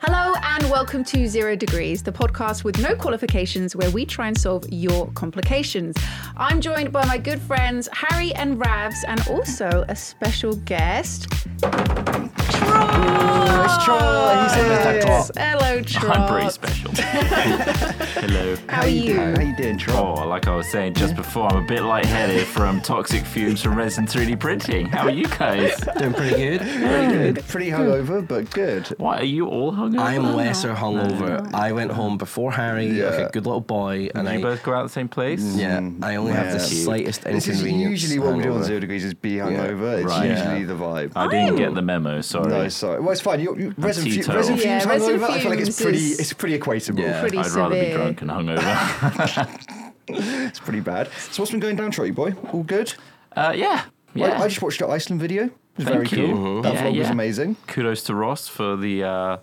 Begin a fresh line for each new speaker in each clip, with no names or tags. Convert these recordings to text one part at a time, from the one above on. Hello, and welcome to Zero Degrees, the podcast with no qualifications where we try and solve your complications. I'm joined by my good friends Harry and Ravs, and also a special guest. Trot!
He's Mr. Trot.
Hello, Trot.
I'm pretty special. Hello.
How are you?
How you doing, Trot?
Oh, like I was saying just before, I'm a bit lightheaded from toxic fumes from resin 3D printing. How are you guys?
Doing pretty good.
Pretty good. Pretty hungover, but good.
Why are you all hungover?
I am lesser hungover. I went home before Harry, like
Yeah. Mm.
a good little boy, and
Did
I
you both go out at the same place?
yeah, I only have
Yeah.
the slightest
This
inconvenience.
is usually what we do on
hungover.
Zero Degrees is be hungover. It's
Right.
usually the vibe.
I didn't
Oh.
get the memo, sorry.
no, sorry. Well, it's fine. You, you, resin, fu-
teetotal.
resin fumes
Yeah,
hungover,
resin
I feel like it's
fumes
pretty,
is-
it's pretty equatable.
Yeah.
Pretty
I'd
severe.
rather be drunk and hungover.
It's pretty bad. So what's been going down, Trotty boy? All good?
uh, yeah.
I-
Yeah.
I, just watched your Iceland video. It was
Thank
very
you.
cool.
Mhm.
That
Yeah,
vlog was
yeah.
amazing.
Kudos to Ross for the uh,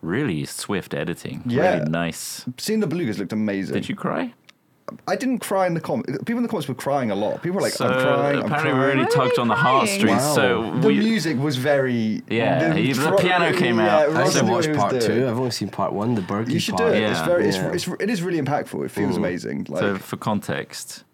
really swift editing.
Yeah.
Really nice.
Seeing the belugas looked amazing.
Did you cry?
I didn't cry in the comments. People in the comments were crying a lot. People were like,
so
I'm crying, I'm
apparently
crying.
we really
Why were
tugged
they
on the
crying?
heartstrings.
Wow.
So
The
we,
music was very
Yeah, he- the
pro-
piano came out.
Ross knew
I haven't
what
watched
he was
part
doing.
two. I've only seen part one, the Burger
You should do
part.
it.
Yeah.
It's very, it's,
Yeah.
it's, it is really impactful. It feels amazing. Like,
So, for context,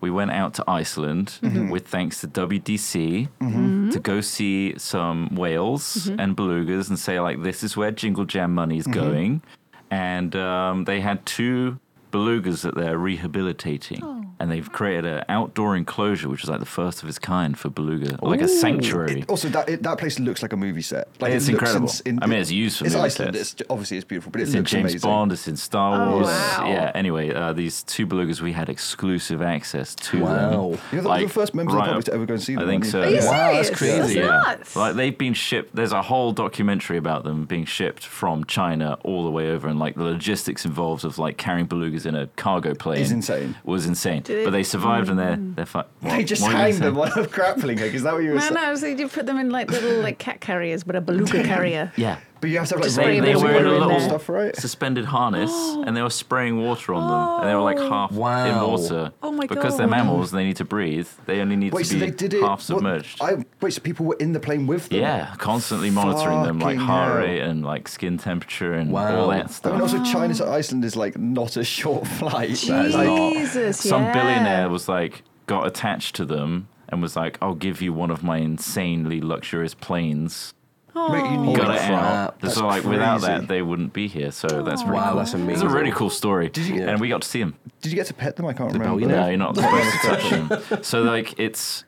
we went out to Iceland with thanks to WDC to go see some whales and belugas and say, like, this is where Jingle Jam money's going. And um, they had two belugas that they're rehabilitating. And they've created an outdoor enclosure, which is like the first of its kind for beluga, like a sanctuary.
it, also, that it, that place looks like a movie set. Like
It's
it looks
incredible.
ins- in-
I mean, it's used for
it's
movie
Iceland.
sets.
It's, obviously, it's beautiful, but it
It's in
looks
James
amazing.
Bond. It's in Star Wars.
Oh, wow.
Yeah. Anyway, uh, these two belugas we had exclusive access to.
Wow.
Them.
You're the- you're the first members of the public to ever go and see them,
I think
aren't
so.
you?
Are you
yeah.
Wow, that's
serious?
crazy.
That's
Yeah.
nuts.
Like they've been shipped. There's a whole documentary about them being shipped from China all the way over, and like the logistics involved of like carrying belugas in a cargo plane
Is insane.
Was insane. but they survived, and they're
Mm.
they're fine.
They just hang them on a grappling hook. Is that what you were
No,
saying?
no, so you put them in like little like cat carriers, but a beluga carrier.
Yeah.
But you have to have like
spray
They,
a
rain
they
little
water
were in
water
a
in
and
little
there.
stuff, right?
suspended harness, and they were spraying water on them, and they were like half in
Wow.
water.
Oh my
Because they're
God.
mammals, and they need to breathe. They only need
Wait,
to
so
be
they did it.
half
what-
submerged.
I, wait, so people were in the plane with them?
yeah, constantly monitoring them, like
Fucking
heart
hell.
rate and like skin temperature and
Wow.
all that
I
stuff.
mean, also China to Iceland is like not a short flight.
That is
Like,
not-
Jesus,
Some
yeah.
billionaire was like, got attached to them and was like, I'll give you one of my insanely luxurious planes.
Mate, you need
got it
that.
out.
That's
so, like, without
crazy.
that, they wouldn't be here. So, that's pretty
Wow,
cool.
that's
It's a
amazing.
really cool story.
you-
and we got to see them.
Did you get to pet them? I can't remember.
billionaire.
No, you're not supposed to touch them. So like it's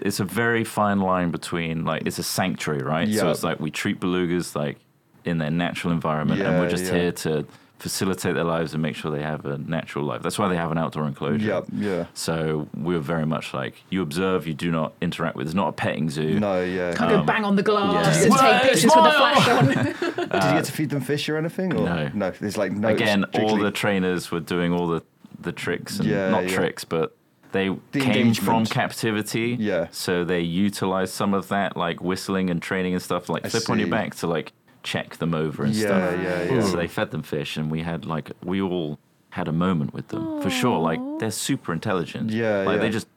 it's a very fine line between like it's a sanctuary, right? So
Yeah.
it's like we treat belugas like in their natural environment, and
Yeah,
we're just
yeah.
here to facilitate their lives and make sure they have a natural life. That's why they have an outdoor enclosure.
Yeah, yeah.
So we're very much like you observe, you do not interact with. It's not a petting zoo.
No, yeah.
Can't go bang on the glass
Yeah.
and take
Well,
pictures with the
um, smile!
flash on.
Did you get to feed them fish or anything? Or?
No.
No, there's like no.
Again,
it's
all
strictly-
the trainers were doing all the the tricks and
Yeah,
not
yeah.
tricks, but they came from
engagement.
captivity.
Yeah.
So they utilized some of that, like whistling and training and stuff, like
I
flip on your
see.
back to like check them over and
Yeah,
stuff.
yeah, yeah.
So they fed them fish, and we had like we all had a moment with them for sure. Like they're super intelligent.
Yeah,
Like they
yeah.
just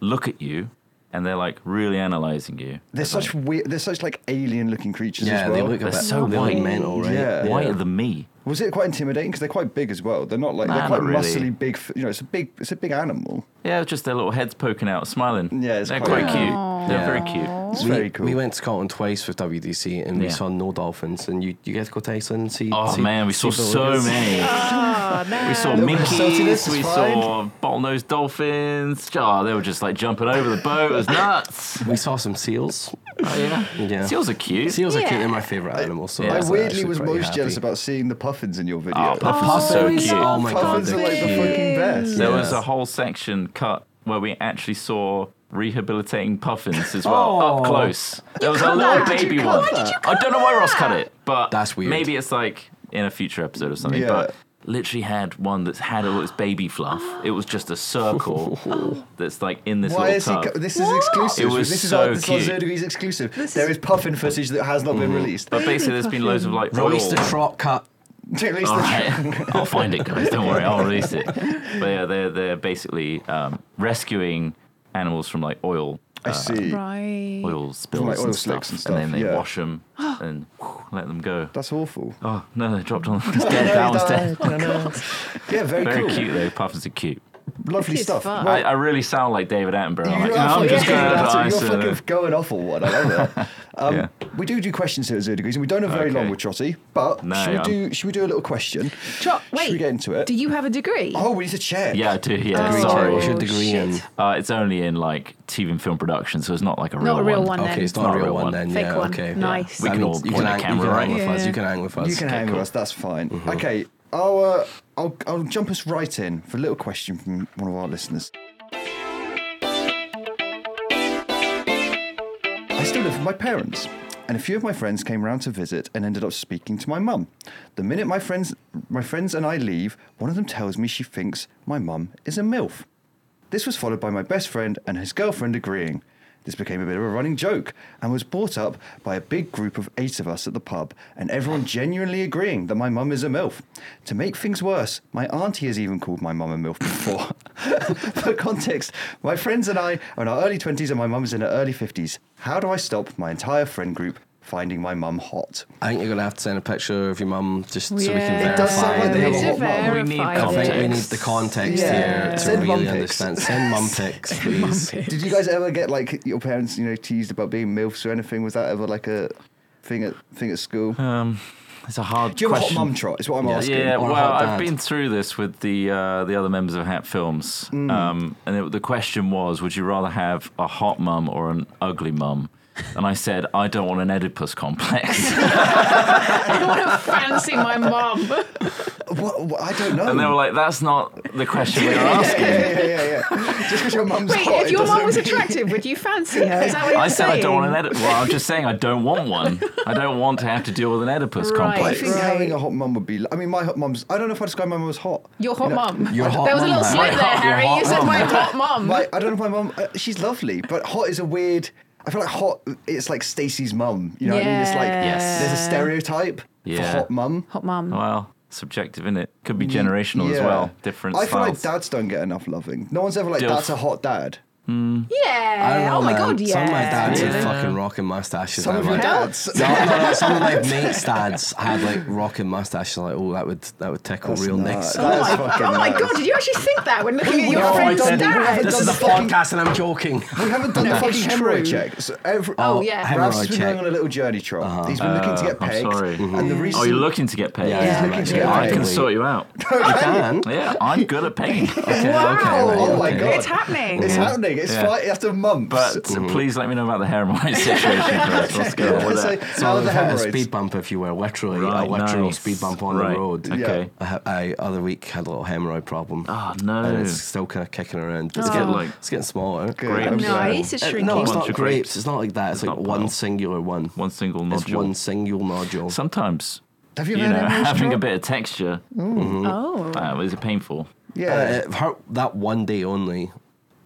look at you, and they're like really analyzing you.
They're
It's like,
such weird. They're such like alien-looking creatures
Yeah,
as well.
they look a
They're
bit
so
they're like
white.
mental, right?
Yeah.
whiter than me.
Was it quite intimidating? Because they're quite big as well. They're not like they're
Nah,
quite
not really.
muscly, big. f- You know, it's a big, it's a big animal.
Yeah, just their little heads poking out, smiling.
Yeah, it's
they're
quite
quite,
cute.
cute. They're
Yeah.
very cute.
It's
we,
very cool.
we went to Scotland twice with WDC and we
Yeah.
saw no dolphins. And you, you get to go to Iceland and see.
Oh
see-
man, we saw
see
so
belugas.
many.
Oh, no.
We saw
little bit of saltiness is
minkies, we
fine.
saw bottlenose dolphins. Oh, they were just like jumping over the boat. It was nuts.
We saw some seals.
Oh, yeah.
Yeah.
Seals are cute.
Seals are cute.
Yeah.
They're my favorite animal. So
I
I
was
weirdly
actually
was
pretty
most
happy.
jealous about seeing the puffins in your video.
Oh, puffins are so
we
cute.
Oh
love
my god,
puffins
they're
are like the
cute.
fucking best.
There
Yeah.
was a whole section cut where we actually saw rehabilitating puffins as well,
Oh.
up close. There was a
that?
little
Did you
baby
cut
one.
that? Why did you
I don't know why Ross cut it, but
That's weird.
Maybe it's like in a future episode or something.
Yeah.
But literally had one that's had all its baby fluff. It was just a circle that's like in this
Why
little
is he?
tub.
co- This is exclusive.
It was
this is
so
our, this is
cute. Mm-hmm.
our Zero Degrees exclusive. there is puffin footage that has not been released.
but basically, there's been loads of like royal.
Release the trot cut.
At least
All
the-
right. I'll find it, guys. Don't worry, I'll release it. But yeah, they're they're basically um, rescuing animals from like oil
I see.
Right.
oil spills
like, oil
and,
slicks and
stuff, and
stuff,
then they
yeah.
wash 'em wash them and let them go.
That's awful.
Oh no, they dropped on. It's dead. That
Oh,
one's dead.
No, no. Yeah, very,
Very
cool.
cute though. Puffins are cute.
Lovely
This is
stuff.
fun.
I, I really sound like David Attenborough. I'm
You're
like, "No, I'm
fucking-
just going
you're
out to
fucking- You're
Iceland.
fucking going off on one. I love that. Um,
Yeah.
We do do questions here at Zero Degrees, and we've done a very
Okay.
long with Trotty, but
No,
should, we
I'm-
do, should we do a little question?
Chop,
Should
wait.
we get into it?
Do you have a degree?
oh, we need to check.
Yeah, I do. Yeah,
Oh,
Sorry,
sorry.
we should degree
shit.
in.
Uh, it's only in like TV and film production, so it's not like a real
Not a real one, then.
Okay, it's not a real one then.
Fake
Yeah,
one.
okay.
Nice.
We
That
can
means
all
you
point
can
at
hang-
camera,
you can
right?
hang with us.
Yeah.
You can hang with us.
You can hang with us. That's fine. Okay, I'll, uh, I'll I'll jump us right in for a little question from one of our listeners. I still live with my parents, and a few of my friends came round to visit and ended up speaking to my mum. The minute my friends my friends and I leave, one of them tells me she thinks my mum is a milf. This was followed by my best friend and his girlfriend agreeing. This became a bit of a running joke and was brought up by a big group of eight of us at the pub, and everyone genuinely agreeing that my mum is a MILF. To make things worse, my auntie has even called my mum a MILF before. For context, my friends and I are in our early 20s and my mum's in her early 50s. How do I stop my entire friend group finding my mum hot?
I think you're gonna have to send a picture of your mum just so we can
Yeah.
verify.
It does sound like they
the-
have a hot mum.
We need
verify
I
context.
think we need
it.
the context
Yeah.
here to
Send mum
really
pics.
understand. Send mum pics, please.
Did you guys ever get like your parents, you know, teased about being MILFs or anything? Was that ever like a thing at thing at school?
It's a hard
Do you have
question.
a hot mum trot? Is what I'm asking.
Yeah,
or
well,
hot
I've
dad.
been through this with the uh, the other members of Hat Films,
Mm.
um, and it, the question was, would you rather have a hot mum or an ugly mum? And I said, I don't want an Oedipus complex.
I don't want to fancy my mum.
What, what, I don't know.
and they were like, that's not the question we were asking.
yeah, yeah, yeah, yeah. Just because your mum's
Wait,
hot,
if
it
your mum
doesn't
was
mean-
attractive, would you fancy her? Is that what you're
I said I don't want an
saying?
Oedipus. Well, I'm just saying I don't want one. I don't want to have to deal with an Oedipus
Right.
I
complex.
think
Right.
having a hot mum would be. I mean, my hot mum's. I don't know if I describe my mum as hot.
Your hot
You know,
mum.
Your hot
there was a little
mum,
slip
huh?
there,
Your
Harry.
hot
You said
mum.
my hot mum.
My, I don't know if my mum. Uh, she's lovely, but hot is a weird. I feel like hot. It's like Stacey's mum. You know what I mean? It's like
Yes.
there's a stereotype
Yeah.
for hot mum.
hot mum.
Well, subjective, isn't it? Could be generational as
Yeah.
well. Different
I feel
styles.
like dads don't get enough loving. No one's ever like,
Dilf.
that's a hot dad.
Yeah.
I don't know,
oh my
man.
god, yeah.
Some of my dads
Yeah.
had fucking rocking mustaches.
Some
I'm
of your
like,
dads.
No, no, no. Some of my mates' dads had like rocking mustaches. Like, oh, that would that would tickle real
That's
necks.
not- that is fucking
Oh my
nice.
god, did you actually think that when looking at your
No, I
friend's
didn't.
dad?
This
This
is
is
a
a
fucking-
podcast, and I'm joking.
We haven't done the fucking
it's
hemorrhoid
true.
check. So every,
Oh, yeah.
Ralph's
hemorrhoid
been
check.
going on a little journey, Trot. He's been looking to get
Uh-huh. I'm
pegged.
sorry.
And the reason
Oh, you're looking to get paid.
Yeah,
looking to get
I
paid.
can sort you out.
You can.
Yeah, I'm good at paying.
Wow.
right,
Oh my
okay.
God.
It's happening.
It's happening. It's
Yeah.
five after months.
But please let me know about the hemorrhoid situation first. What's going on with
Let's
that?
say,
So
how are
I've
the
had a
hemorrhoids?
speed bump, if you were, literally
Right,
a literal
nice.
speed bump on
Right,
the road.
Okay.
I, ha- I other week had a little hemorrhoid problem.
Oh, no.
And it's still kind of kicking around.
Oh.
It's,
get, like,
it's getting smaller.
Great.
Grapes.
Nice, it's
Uh,
shrinking.
no, it's
Bunch
not
of
grapes.
grapes.
It's not like that. It's,
It's
like
not
one
pile.
singular one.
One single
It's
nodule.
one single nodule.
Sometimes,
Have you,
you
had Mm.
know,
hemorrhoids,
having a
Trot?
bit of texture
Oh.
uh, is painful.
Uh,
Yeah.
it hurt that one day only,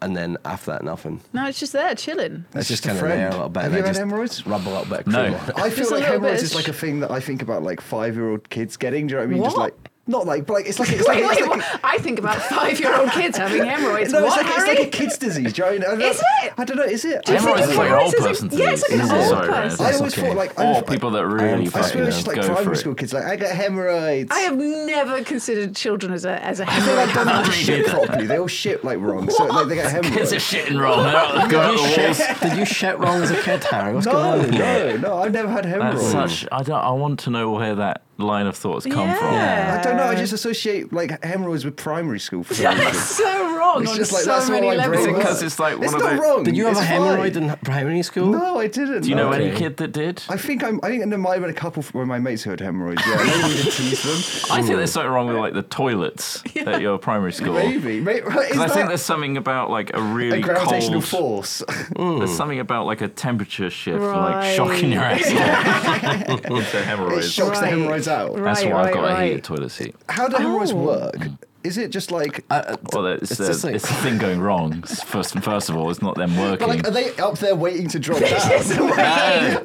and then after that, nothing.
No, it's just there chilling.
It's just
just a
kind of there a
friend.
little bit.
Have
and
you
I
had
just
hemorrhoids?
Rub a little bit. of
No.
cream on it.
Just a
I feel like
little bit
hemorrhoids
of
is
sh-
like a thing that I think about like five year old kids getting. Do you know what I mean? Just
What?
like Not like, but like it's like it's like,
Wait,
it's
wait,
like
what? I think about five-year-old kids having hemorrhoids.
no, it's
what,
like, it's
Harry?
like a kid's disease. Do you know? what I mean? I don't-
Is it?
I don't know. Is it?
Do you
Hemorrhoids
think
is like an
hemorrhoids
old
is a-
person
Yeah, it's like
disease.
an
Is it?
old
Sorry,
person.
I
That's
always
okay.
thought like I
Or
always-
people that
I
really
am
I
fucking
fucking
swear it's just like
go for
primary
it.
school kids. Like I got hemorrhoids.
I have never considered children as a as a
They like
hemorrhoid.
don't know how to
Shit.
shit properly. They all shit like wrong. So like they get
Kids are
hemorrhoids.
shitting wrong. They're not going
Did
up
you
the walls.
shit- Did you shit wrong as a kid, Harry? What's going
No,
on?
no, no. I've never had
That's
hemorrhoids.
such. I don't. I want to know where that line of thoughts come from.
Yeah.
I don't know. I just associate like hemorrhoids with primary school. For some
That's
reason.
so wrong
It's
on
just like
so
that's
many
what I
levels.
Is it
grew up.
'cause it's like one
it's
of
not
the-
wrong.
Did you have
It's
a hemorrhoid
fine.
in primary school?
No, I didn't.
Do you know
no.
any
Okay.
kid that did?
I think I'm, I think there might have been a couple of my mates who had hemorrhoids. Yeah, maybe we did tease them.
I think there's something wrong with like the toilets at your primary school.
Maybe, maybe. Is
'Cause I
that
think there's something about like a
a
really
gravitational
cold.
force?
There's something about like a temperature shift,
Right.
like shocking your asshole into
it
hemorrhoids.
shocks
Right.
the hemorrhoids out.
That's
Right,
why
right,
I've got a
right.
heated toilet seat.
How do
Oh.
hemorrhoids work? Is it just like?
Well, it's,
It's
uh,
just like-
it's the thing going wrong. First and first of all, it's not them working.
but like, are they up there waiting to drop down?
No.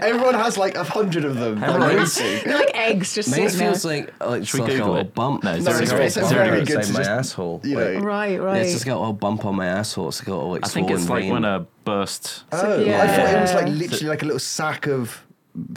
Everyone has like a hundred of them. like,
Hemorrhoids.
waiting.
They're like eggs just
Mine
sitting there.
feels like, like it's
Should we
like a
Google
little
it?
bump.
No, it's
No,
very
it's,
good.
it's,
It's
very,
very
good
inside
to
my
just,
asshole.
you know,
Right,
Yeah,
right.
it's just got a little bump on my asshole. It's got a little like
I think
swollen
it's like
vein.
when a burst.
Oh, I thought it was like
Yeah.
literally like a little sack of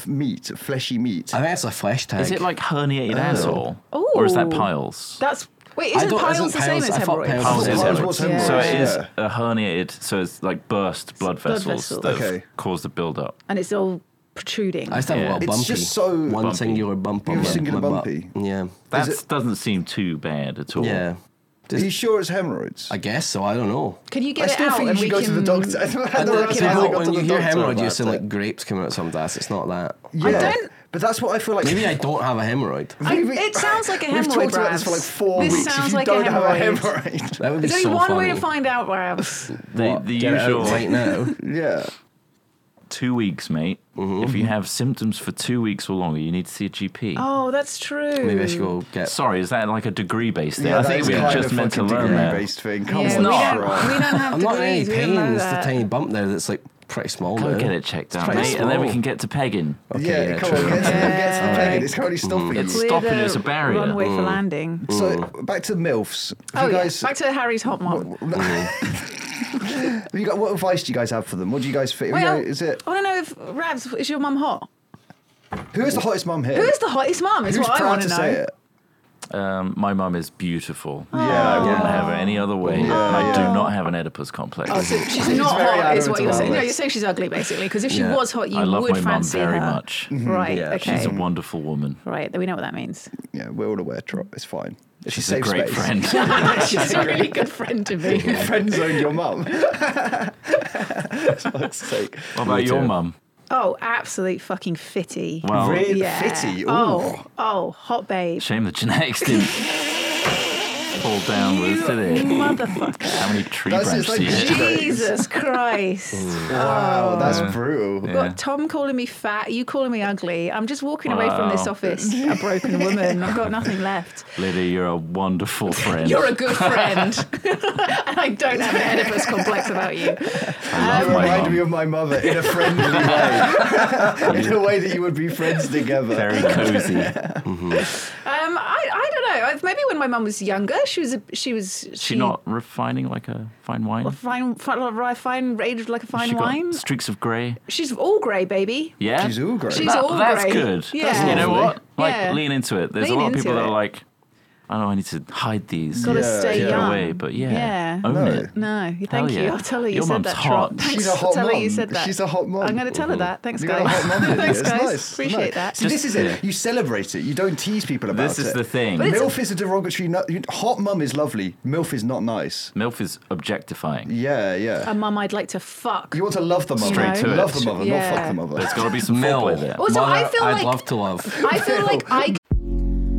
meat, fleshy meat.
I think it's a flesh tag.
Is it like herniated asshole, or is that
Ooh.
piles?
That's wait,
I
isn't
don't-
piles
isn't
the
piles-
same as
I thought
hemorrhoids?
piles-
Piles is
Piles
hemorrhoid.
was
hemorrhoid,
So it
yeah.
is a herniated. So it's like burst blood
Blood
vessels,
vessels.
that
Okay.
have caused the buildup.
And it's all protruding.
I just have a
Yeah.
little
It's
bumpy.
just so-
one
Bumpy.
singular bump on
You're
my,
singular
my
bumpy.
butt. Yeah,
That doesn't seem too bad at all.
yeah.
Are you sure it's hemorrhoids?
I guess so. I don't know.
Can you
I
get it
still
out
think you
and
should
we
go to the
can-
doctor. I don't know
Look,
how
you
I
know,
got to
when
the
you hear
doctor
hemorrhoid, you
about
sound
it.
like grapes coming out of someone's ass. It's not that.
yeah.
don't-
But that's what I feel like.
Maybe I don't have a hemorrhoid.
I- it sounds like a
We've
hemorrhoid,
talked about this for like
Ravs.
four
This
weeks.
sounds
if you
like a
don't have a
hemorrhoid.
hemorrhoid,
That would be
There's only
so
one
funny.
way to find out, Ravs.
The, the
Get it out
usual
right now.
yeah.
two weeks, mate.
Mm-hmm.
If you have symptoms for two weeks or longer, you need to see a GP.
Oh, that's true.
Maybe I should go get.
Sorry, is that like a degree based thing?
yeah
I think
that
we
is
were
kind
just
of
meant to
fucking
learn that.
degree-based thing.
Yeah,
Come
we,
on,
not.
Don't,
Rob.
we don't have
I'm not in any
degrees. we don't
pain.
know
It's the
that.
tiny bump there that's like pretty small.
Come
now.
get it checked out,
pretty
mate, and then we
small.
can get to pegging.
Yeah,
yeah,
come on,
true.
get to, get to the
Yeah.
pain. It's currently stopping
It's
you.
Clear
stopping
the
as a barrier.
Runway for landing.
So back to milfs. If
Oh,
you
yeah.
guys,
Back to Harry's hot mom.
have you got what advice do you guys have for them? What do you guys think?
Well,
is it
I want to know if Ravs is your mum hot?
who is the hottest mum here?
Who's the hottest mum? Is
Who's
what
proud
I want
to
to know.
say it?
Um, my mum is beautiful.
Oh.
Yeah,
I
yeah.
wouldn't have it any other way. and I do not have an Oedipus complex.
Oh, so she's not
very
hot, is
adamant
what you're saying.
about
No,
it.
you're saying she's ugly, basically. Because if she
Yeah.
was hot, you
I love
would
my mum
fancy
very
her.
much.
Mm-hmm.
Right.
Yeah,
okay.
She's a wonderful woman.
right. Then we know what that means.
Yeah, we're all aware, Trot. It's fine. She's
She's a great friend.
she's a really good friend to me.
Friend zoned your mum. For fuck's sake.
what about your
too.
mum?
Oh, absolute fucking fitty.
Well,
Really
Yeah.
fitty. Ooh.
Oh, oh, hot babe.
shame the genetics didn't fall downwards,
You
did it?
motherfucker.
How many tree
That's
branches
just like
do you hit?
Jesus Christ.
Wow, Oh, that's brutal.
Yeah.
Got Tom calling me fat, you calling me ugly. I'm just walking away from this
Wow.
office a broken woman. I've got nothing left.
Lydia, you're a wonderful friend.
You're a good friend. and I don't have an Oedipus complex about you.
I love
You
my
remind
mum.
me of my mother in a friendly way. in a way that you would be friends together.
Very cozy.
Um, I, I don't know. I- Maybe when my mum was younger, she was a, she was
She not refining like a fine wine?
fine, fine, fine, aged like a fine
she got
wine.
streaks of grey.
She's all grey, baby.
Yeah.
She's all great.
She's
That-
all
that's
grey.
good.
Yeah.
That's- you know what? Like,
Yeah.
lean into it. There's
Lean
a lot of people
into
that
it.
are like, I know I need to hide these.
Gotta
Yeah,
stay
yeah.
Get
young.
away, but yeah,
Yeah.
own
No.
it.
No, thank you.
yeah.
I'll tell her you
Your
said
mum's
that.
hot.
Trot. Thanks
She's a hot
for telling you
mom.
said that.
She's a hot mom.
I'm going to tell her that. Thanks,
You got
guys.
a hot mum, didn't you?
Thanks,
It's
guys.
nice.
Appreciate
Nice.
that.
See, this is it. You celebrate it. You don't tease people about it.
This is the thing.
But it's-
MILF is a derogatory. No- you- hot mum is lovely. MILF is not nice.
MILF is objectifying.
Yeah, yeah.
A mum I'd like to fuck.
you want to love the mother.
Straight to
love
it.
the mother,
Yeah.
not fuck the mother.
There's got to be some
Mel.
foreplay there.
Also, I
Mother,
feel
I'd
like-
love to love.
I feel like I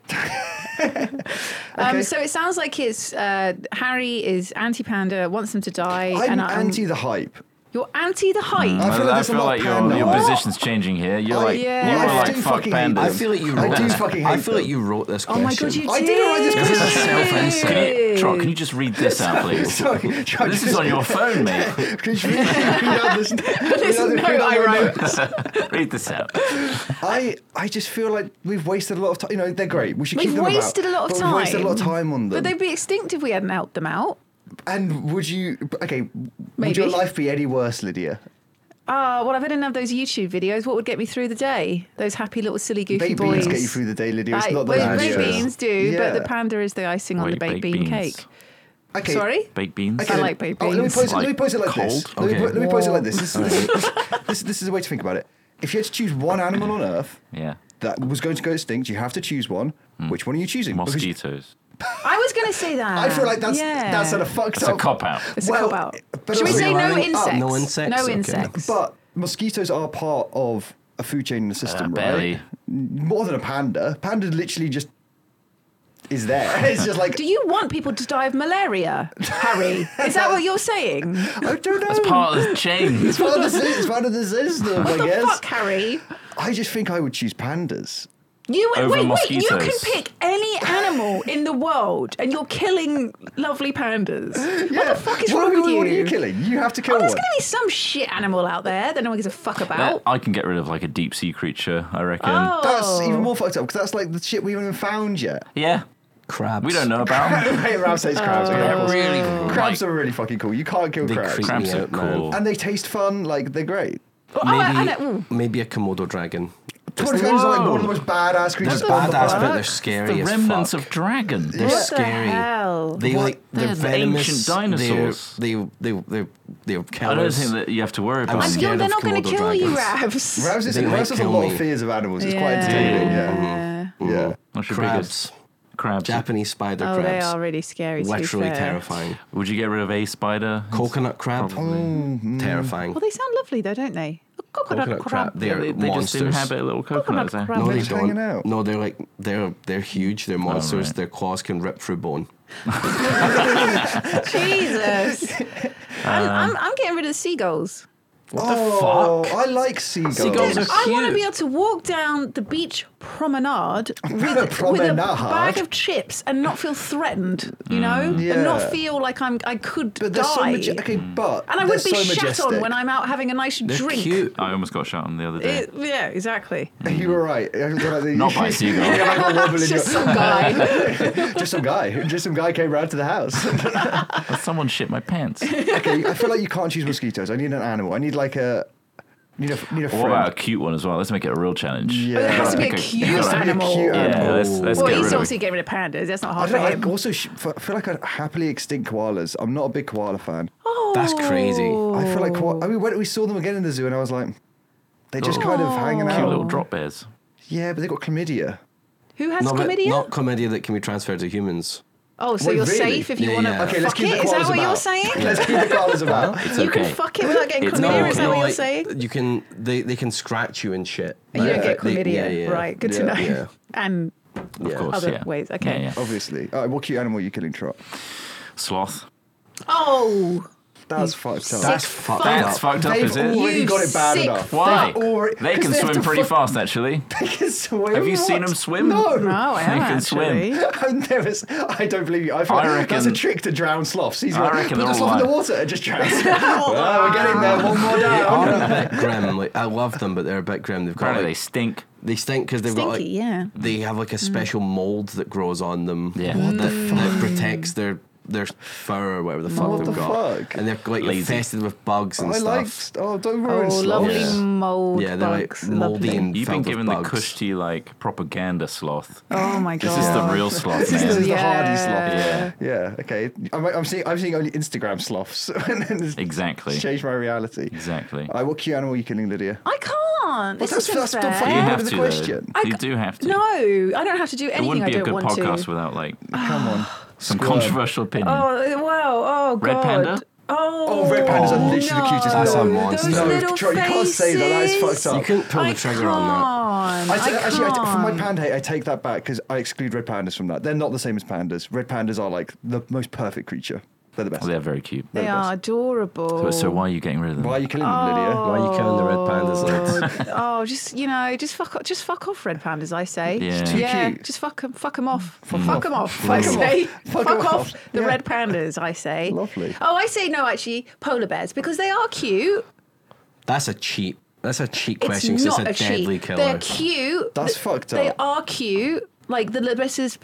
Um, so it sounds like it's uh, Harry is anti-panda, wants them to die,
I'm
and I'm-
anti the hype.
You're anti the hype.
I feel like
I
there's a
feel
lot
like
of
your,
panda.
your
What?
position's changing here. You're
I-
like
Yeah.
you were
I
like
do
fuck
fucking hate
panda.
them.
I feel like you
I
wrote.
do
this-
fucking
I
hate
feel like
them.
you wrote this
oh
question.
my god, you did!
I didn't write this
This is
question.
self-insert.
Can you, Trot, can you just read this out, please?
Sorry, Josh,
This is on your phone, mate.
Could you read out this?
This note I wrote.
read this out.
I, I just feel like we've wasted a lot of time. You know, they're great. We should
We've
keep them about,
wasted a lot of
but
time.
We've wasted a lot of time on them.
But they'd be extinct if we hadn't helped them out.
and would you? Okay, would
Maybe.
your life be any worse, Lydia?
Ah, well, if I didn't have those YouTube videos, what would get me through the day? Those happy little silly goofy
Baked
boys.
beans get you through the day, Lydia. It's
Like,
not the
well,
ideas.
baked beans do,
Yeah.
but the panda is the icing on
Wait,
the baked,
baked
bean
beans.
cake.
Okay.
Sorry?
Baked beans.
Okay.
I like baked
Oh, let me
beans.
pose, let me
Like
pose it like this.
cold?
Let, me,
Okay.
put- let me pose it like this. This is, this, this is a way to think about it. If you had to choose one animal on Earth
Yeah.
that was going to go extinct, you have to choose one.
Hmm.
Which one are you choosing? Because
Mosquitoes.
I was going to say that.
I feel like that's
yeah.
that's sort of fucked
That's a
up.
cop out.
It's
well,
a cop out.
but
Should we
also-
say
You're
no
running
insects?
up, no insects,
No
okay.
insects.
But mosquitoes are part of a food chain in the system, right?
Uh, barely.
More than a panda. Panda literally just is there. It's just like
do you want people to die of malaria, Harry? Is that what you're saying? What
I don't know.
It's part of the chain.
It's part of the system. It's part of the system. I
the
guess.
fuck, Harry?
I just think I would choose pandas.
You
Over
wait, wait. You can
mosquitoes.
pick any animal in the world, and you're killing lovely pandas. What the fuck is
what
wrong
are
with
you,
you?
What are you killing? You have to kill
Oh, there's
one.
going to be some shit animal out there that no one gives a fuck
That-
about.
I can get rid of like a deep sea creature, I reckon.
oh,
That's even more fucked up because that's like the shit we haven't even found yet.
Yeah.
crabs.
We don't know about them.
Wait, Ralph says crabs. okay,
They're
crabs.
really
Oh. crabs
Oh. like,
are really fucking cool. You can't kill
They
crabs.
creep
crabs
me
are
out, man.
cool.
And they taste fun. Like they're great.
Oh, I- I
Maybe,
know-
maybe a Komodo dragon.
Komodo dragons are like one of the most badass creatures.
They're
on the
badass,
planet.
but they're scary
the
as
remnants
fuck.
of dragons.
they're
what
scary.
the hell?
They like they're,
They're the
venomous.
ancient dinosaurs.
They're, they they they they're
I don't
killers.
think that you have to worry
I'm
about
And
them.
you're,
scared
they're not
of
going
Komodo
to kill you,
dragons.
Ravs.
Rouse is,
They might
Rouse has a
kill
lot
me.
of fears of animals. It's quite
Yeah.
entertaining. Yeah.
Yeah.
yeah.
What's your
crabs,
biggest? Crabs.
Japanese spider
Oh, they
crabs,
are really scary. to be
literally
fair.
terrifying.
Would you get rid of a spider?
Coconut crab,
Mm.
terrifying.
Well, they sound lovely though, don't they? A coconut,
Coconut
crab.
crab, they are
They, they just
monsters.
inhabit little coconuts. eh?
crab.
no, they
just hanging
don't.
out.
No, they're like they're they're huge. They're monsters.
Oh, right.
Their claws can rip through bone.
Jesus. I'm, I'm, I'm getting rid of the seagulls.
oh, I like seagulls.
Seagulls are-
I want to
cute.
be able to walk down the beach promenade with, with a
Promenade.
bag of chips and not feel threatened, you know, and not
Yeah.
feel like I'm I could
But they're
die.
so majestic. Okay, but
and I
they're
would be
so
shat
majestic.
on when I'm out having a nice
They're
drink.
cute.
I almost got shot on the other day.
It- yeah, exactly.
You were right.
Not
Not
by a seagull.
Just some guy.
just some guy. Just some guy came round to the house.
Someone shit my pants.
okay, I feel like you can't choose mosquitoes. I need an animal. I need like a need a need a friend.
What about a cute one as well? Let's make it a real challenge.
Yeah.
But it has to be a
Pick a-
cute
It has to be a
animal.
cute
Yeah,
animal.
let's, let's
Well,
get
he's
rid of
obviously getting rid of pandas. That's not
I
hard for
don't know,
him.
I also sh- f- feel like I'd happily extinct koalas. I'm not a big koala fan.
That's crazy.
Oh.
I feel like koala, I mean when we saw them again in the zoo, and I was like, they're just kind
Oh.
of hanging
cute
out.
little drop bears.
Yeah, but they got chlamydia.
Who has
No, but
chlamydia?
not chlamydia that can be transferred to humans.
Oh, so
Wait,
you're
really?
safe if you
Yeah,
want to
yeah.
Okay, let's
fuck
keep the
it. Is that
koalas
what you're
about.
saying?
Let's keep the koalas about.
It's
You
okay.
can fuck it without getting
It's
chlamydia.
not-
Is that what you're
like,
saying?
You can. They they can scratch you and shit.
You
Like,
don't get
they-
chlamydia,
yeah, yeah.
right? Good to know.
Yeah, yeah.
And
Of
Yeah.
course,
Other
yeah.
ways, okay.
Yeah, yeah.
Obviously. All right, what cute animal are you killing, Trot?
Sloth.
oh,
That's fucked up.
That's
Sick
fucked
fuck.
up.
That's fucked up,
They've
is it?
already
You
got it bad
sick
enough.
Why?
They've already-
They
'cause
can
they have
swim
to
pretty
fu-
fast, actually.
They can swim.
Have you seen
what?
them swim?
No.
Oh, I
They
am
can swim.
actually.
I've never. s- I don't believe you. I, thought that's a
reckon-
trick to drown sloths. He's
I
like,
reckon
put the
they're
sloth in the
alright.
water and just drown. oh, we're getting there. One more down.
They're a bit grim. Like I love them, but they're a bit grim. They've got
Apparently they
like,
stink.
they stink because they've got like
Stinky, yeah. Mm.
they have like a special mold that grows on them.
Yeah. What
that, that protects their their fur or whatever the fuck
What
they've
the
got.
fuck?
And they're like
Lazy.
infested with bugs and
I
stuff.
like. st- Oh, don't ruin
Oh,
sloths.
lovely
Yeah.
mold
yeah, they're like
bugs.
moldy
lovely.
and
You've been
filled with
given the
bugs.
cushy like propaganda sloth.
Oh my god.
This is the real sloth,
This is
man.
the hardy sloth.
Yeah,
Yeah. Okay. I'm, I'm seeing. I'm seeing only Instagram sloths. And then it's
exactly.
Changed my reality.
Exactly.
Uh, what cute animal are you killing, Lydia?
I can't. This
that's-
isn't
that's not
fair.
fair.
You
Yeah. End
have
of
to.
the
though.
question.
You do have to.
No, I don't have to do
it
anything
wouldn't
I
be a
don't
good
want
podcast
to.
without like
Come on.
some
Ah, Squirm.
controversial opinion.
Oh wow! Oh god!
Red panda?
Oh,
Oh, red pandas are literally the cutest
That's a
little-
monster.
Those
No,
little
Troy, you can't say that. That is
faces.
fucked up.
You couldn't pull the trigger
I
on that.
can't.
I t-
I
actually, I t- for my
can't.
panda hate, I take that back because I exclude red pandas from that. They're not the same as pandas. Red pandas are like the most perfect creature. They're the best.
They're very cute.
They are
So,
adorable.
so why are you getting rid of them?
Why are you killing them, Lydia?
Why are you killing the red pandas? Lads?
oh, just you know, just fuck, o- just fuck off, red pandas. I say,
Yeah. It's too
cute.
just fuck them, fuck 'em off, fuck them off. I
Fuck 'em
say,
off.
fuck,
Fuck 'em
off,
off.
the
Yeah.
red pandas. I say,
Lovely.
Oh, I say no, actually, polar bears because they are cute.
That's a cheap. That's a cheap
It's
question because
not
it's a,
cheat.
deadly killer.
They're cute.
That's
Th-
fucked
They
up.
are cute. Like the Libertas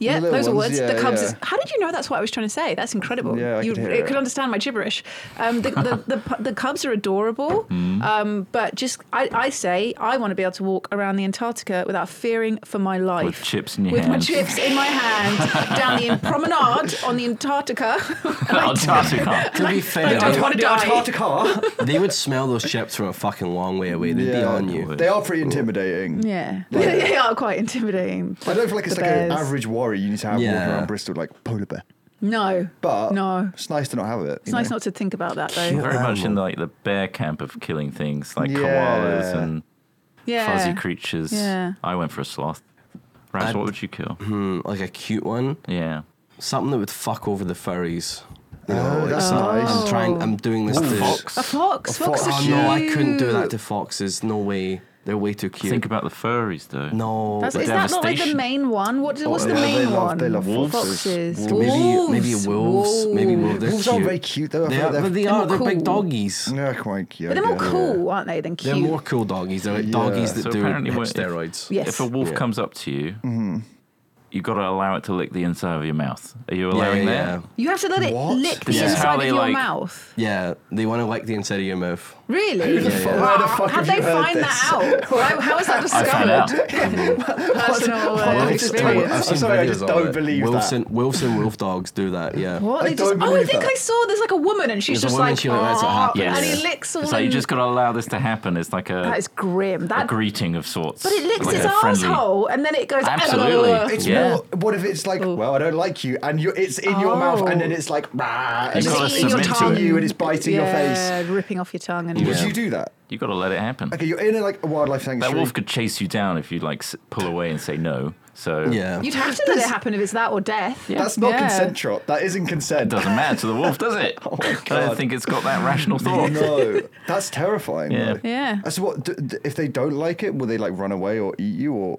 Yeah,
The little
those are
ones,
words.
yeah,
the cubs.
yeah.
Is, how did you know that's what I was trying to say? That's incredible.
Yeah, I
you
could hear it.
could understand my gibberish. Um, the, the, the, pu- the cubs are adorable.
Mm-hmm.
Um, but just, I, I say, I want to be able to walk around the Antarctica without fearing for my life.
chips in your
With my
hand.
chips in my hand down the promenade on the Antarctica. And I-
Antarctica.
to be fair,
don't
they-
want- die.
Antarctica.
they would smell those chips from a fucking long way away. They'd be
Yeah.
on you.
They are pretty intimidating.
yeah. They are quite intimidating.
I don't feel like it's
The
like an
bears.
average worry you need to have walking
Yeah.
around Bristol like polar bear.
No.
But
No.
it's nice to not have it.
It's nice not to think about that though.
Very much in like the bear camp of killing things like
Yeah.
koalas and
Yeah.
fuzzy creatures.
Yeah.
I went for a sloth. Rams,
I'd-
what would you kill?
Hmm.
Like a cute one,
Yeah.
something that would fuck over the furries. You know, like
Oh,
Oh.
that's nice.
I'm trying. I'm doing this to.
A fox.
A
fox.
fox.
are
Oh no, I
cute.
couldn't do that to foxes. No way. They're way too cute.
Think about the furries though.
no.
That's,
The
is that not like the
devastation.
main one? What, what's the
yeah,
main
they love-
one?
they love
Foxes.
wolves.
Wolves.
Maybe, maybe wolves. Maybe wolves. They're
Wolves
cute.
are very cute though. I
They
feel
are,
like
but they
they're,
are.
more
They're
cool.
big doggies.
they're quite cute.
But they're more
yeah.
cool, aren't they, than cute?
They're more cool doggies. They're like doggies
Yeah.
that
So
do
apparently
hip
we're-
steroids.
Yes.
If a wolf
Yeah.
comes up to you,
Mm-hmm.
you've got to allow it to lick the inside of your mouth. Are you
Yeah,
allowing
yeah.
that?
You have to let it
What?
lick the
This is how
inside of
they,
your
like-
mouth.
Yeah, they want to lick the inside of your mouth.
Really?
the fuck- where the
How'd
fuck have
they
you heard
find that
this?
out? Why- How was that
I found out.
discovered? Personal
What?
uh,
What?
experience.
I'm Oh, sorry, I just
of
don't
it.
believe that.
wolves And, wolves and wolf dogs do that. Yeah.
What?
I
They just,
don't
oh, I
believe
think
that.
I saw there's like a woman and she's
There's a
just
woman,
like,
she like lets it
"Oh,"
happen.
and
Yes.
he licks all
It's like you
in-
just got to allow this to happen. It's like
That
a,
is grim.
a
That,
greeting of sorts.
but it licks
like
his
a friendly-
asshole and then it goes,
Absolutely.
"Ugh."
It's
Yeah.
more. What if it's like, well, I don't like you, and you it's in your mouth, and then
Oh.
it's like, rah, and
You
it's
gotta
eating your
submit to
tongue,
it.
you, and it's biting your face.
yeah, ripping off your tongue and
Would you do that?
You got to let it happen.
Okay, you're in a, like a wildlife sanctuary.
That wolf could chase you down if you like s- pull away and say no. So
Yeah.
You'd have to let it happen if it's that or death.
That's not
Yeah.
consent, Trot. That isn't consent.
doesn't matter to the wolf, does it? I
Oh God.
don't think it's got that rational thought.
no, that's terrifying.
Yeah.
though.
Yeah.
That's what. D- d- if they don't like it, will they like run away or eat you or?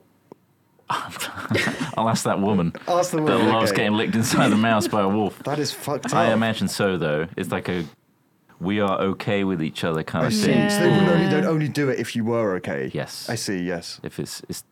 I'll ask that woman
Ask the
that
woman,
loves
Oh, okay.
getting licked inside the mouth by a wolf.
That is fucked up.
I imagine so, though. It's like a we are okay with each other kind
I
of
see.
thing.
So they would only, they'd only do it if you were okay.
Yes.
I see. Yes.
If it's it's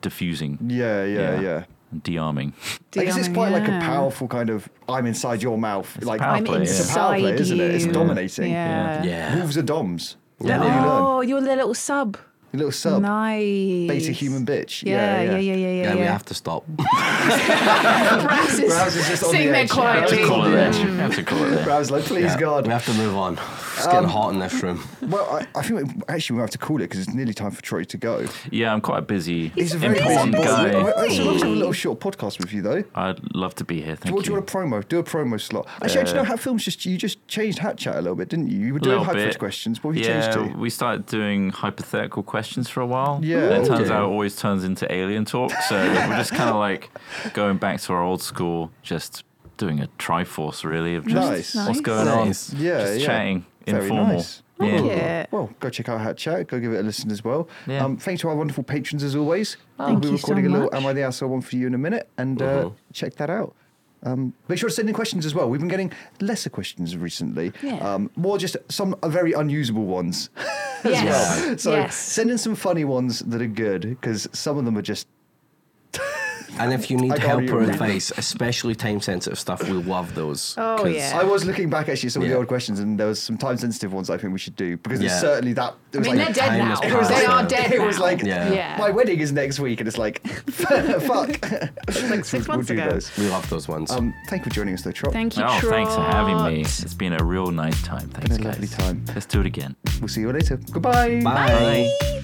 diffusing,
Yeah. Yeah. Yeah.
Yeah. de-arming.
I guess it's quite like a
Yeah.
powerful kind of "I'm inside your mouth." like
power
I'm
play, yeah.
It's a power
inside
play, isn't
you.
it? It's dominating.
Yeah.
Yeah.
Wolves are doms.
Yeah,
What do you learn?
Oh, you're the little sub.
Your little sub.
Nice.
Beta human bitch.
Yeah, yeah, yeah, yeah, yeah.
Yeah, we have to stop.
Perhaps it's-
Perhaps it's just on
sitting
the
there
edge.
I have
quietly.
to call it
Yeah.
that. I have to call it that.
Browse like, please God. Um,
We have to move on. It's getting hot in this room.
Well, I, I think we, actually we have to call it because it's nearly time for Troy to go.
Yeah, I'm quite a busy,
He's a very
important
busy boy.
guy.
We- we- I'd love to have a little short podcast with you though.
I'd love to be here. Thank
What do
you.
you want a promo? Do a promo slot. Actually, actually, no. Hat films just you just changed hat chat a little bit, didn't you? You were doing
Little
hat
bit.
questions. What have you
yeah,
changed to?
we started doing hypothetical questions for a while.
Yeah.
and it turns
Okay.
out it always turns into alien talk. So we're just kind of like going back to our old school, just doing a triforce really of just
Nice.
what's
Nice.
going
Nice.
on.
Yeah,
just
yeah.
chatting,
Very
informal.
nice.
Yeah.
Thank you.
Well, go check out Hat Chat. Go give it a listen as well.
Yeah.
Um, thanks to our wonderful patrons as always.
Thank
we'll
you
be
so
recording a little
much. Mm-hmm.
Am I the Asshole one for you in a minute and uh, check that out. Um, make sure to send in questions as well. We've been getting lesser questions recently,
Yeah.
um, more just some very unusable ones.
Yes.
so
yes.
send in some funny ones that are good because some of them are just
And if you
I
need
can't
help
read
or
them.
advice, especially time sensitive stuff, we love those.
Oh,
'cause
yeah.
I was looking back actually at some of the
Yeah.
old questions, and there was some time sensitive ones I think we should do because there's
Yeah.
certainly that. It
I
was
mean,
like,
they're dead
Time
now.
has
They
passed
are
now.
dead.
It was
now.
like,
Yeah.
Yeah.
my wedding is next week, and it's like, fuck.
like six
we'll
months
do
ago.
those.
We love those ones.
Um, thank you for joining us, though, Trot.
Thank you,
Oh, thanks for having me.
Trot.
It's been a real nice time. Thanks,
a lovely
guys.
time.
Let's do it again.
We'll see you later. Goodbye.
Bye.
Bye.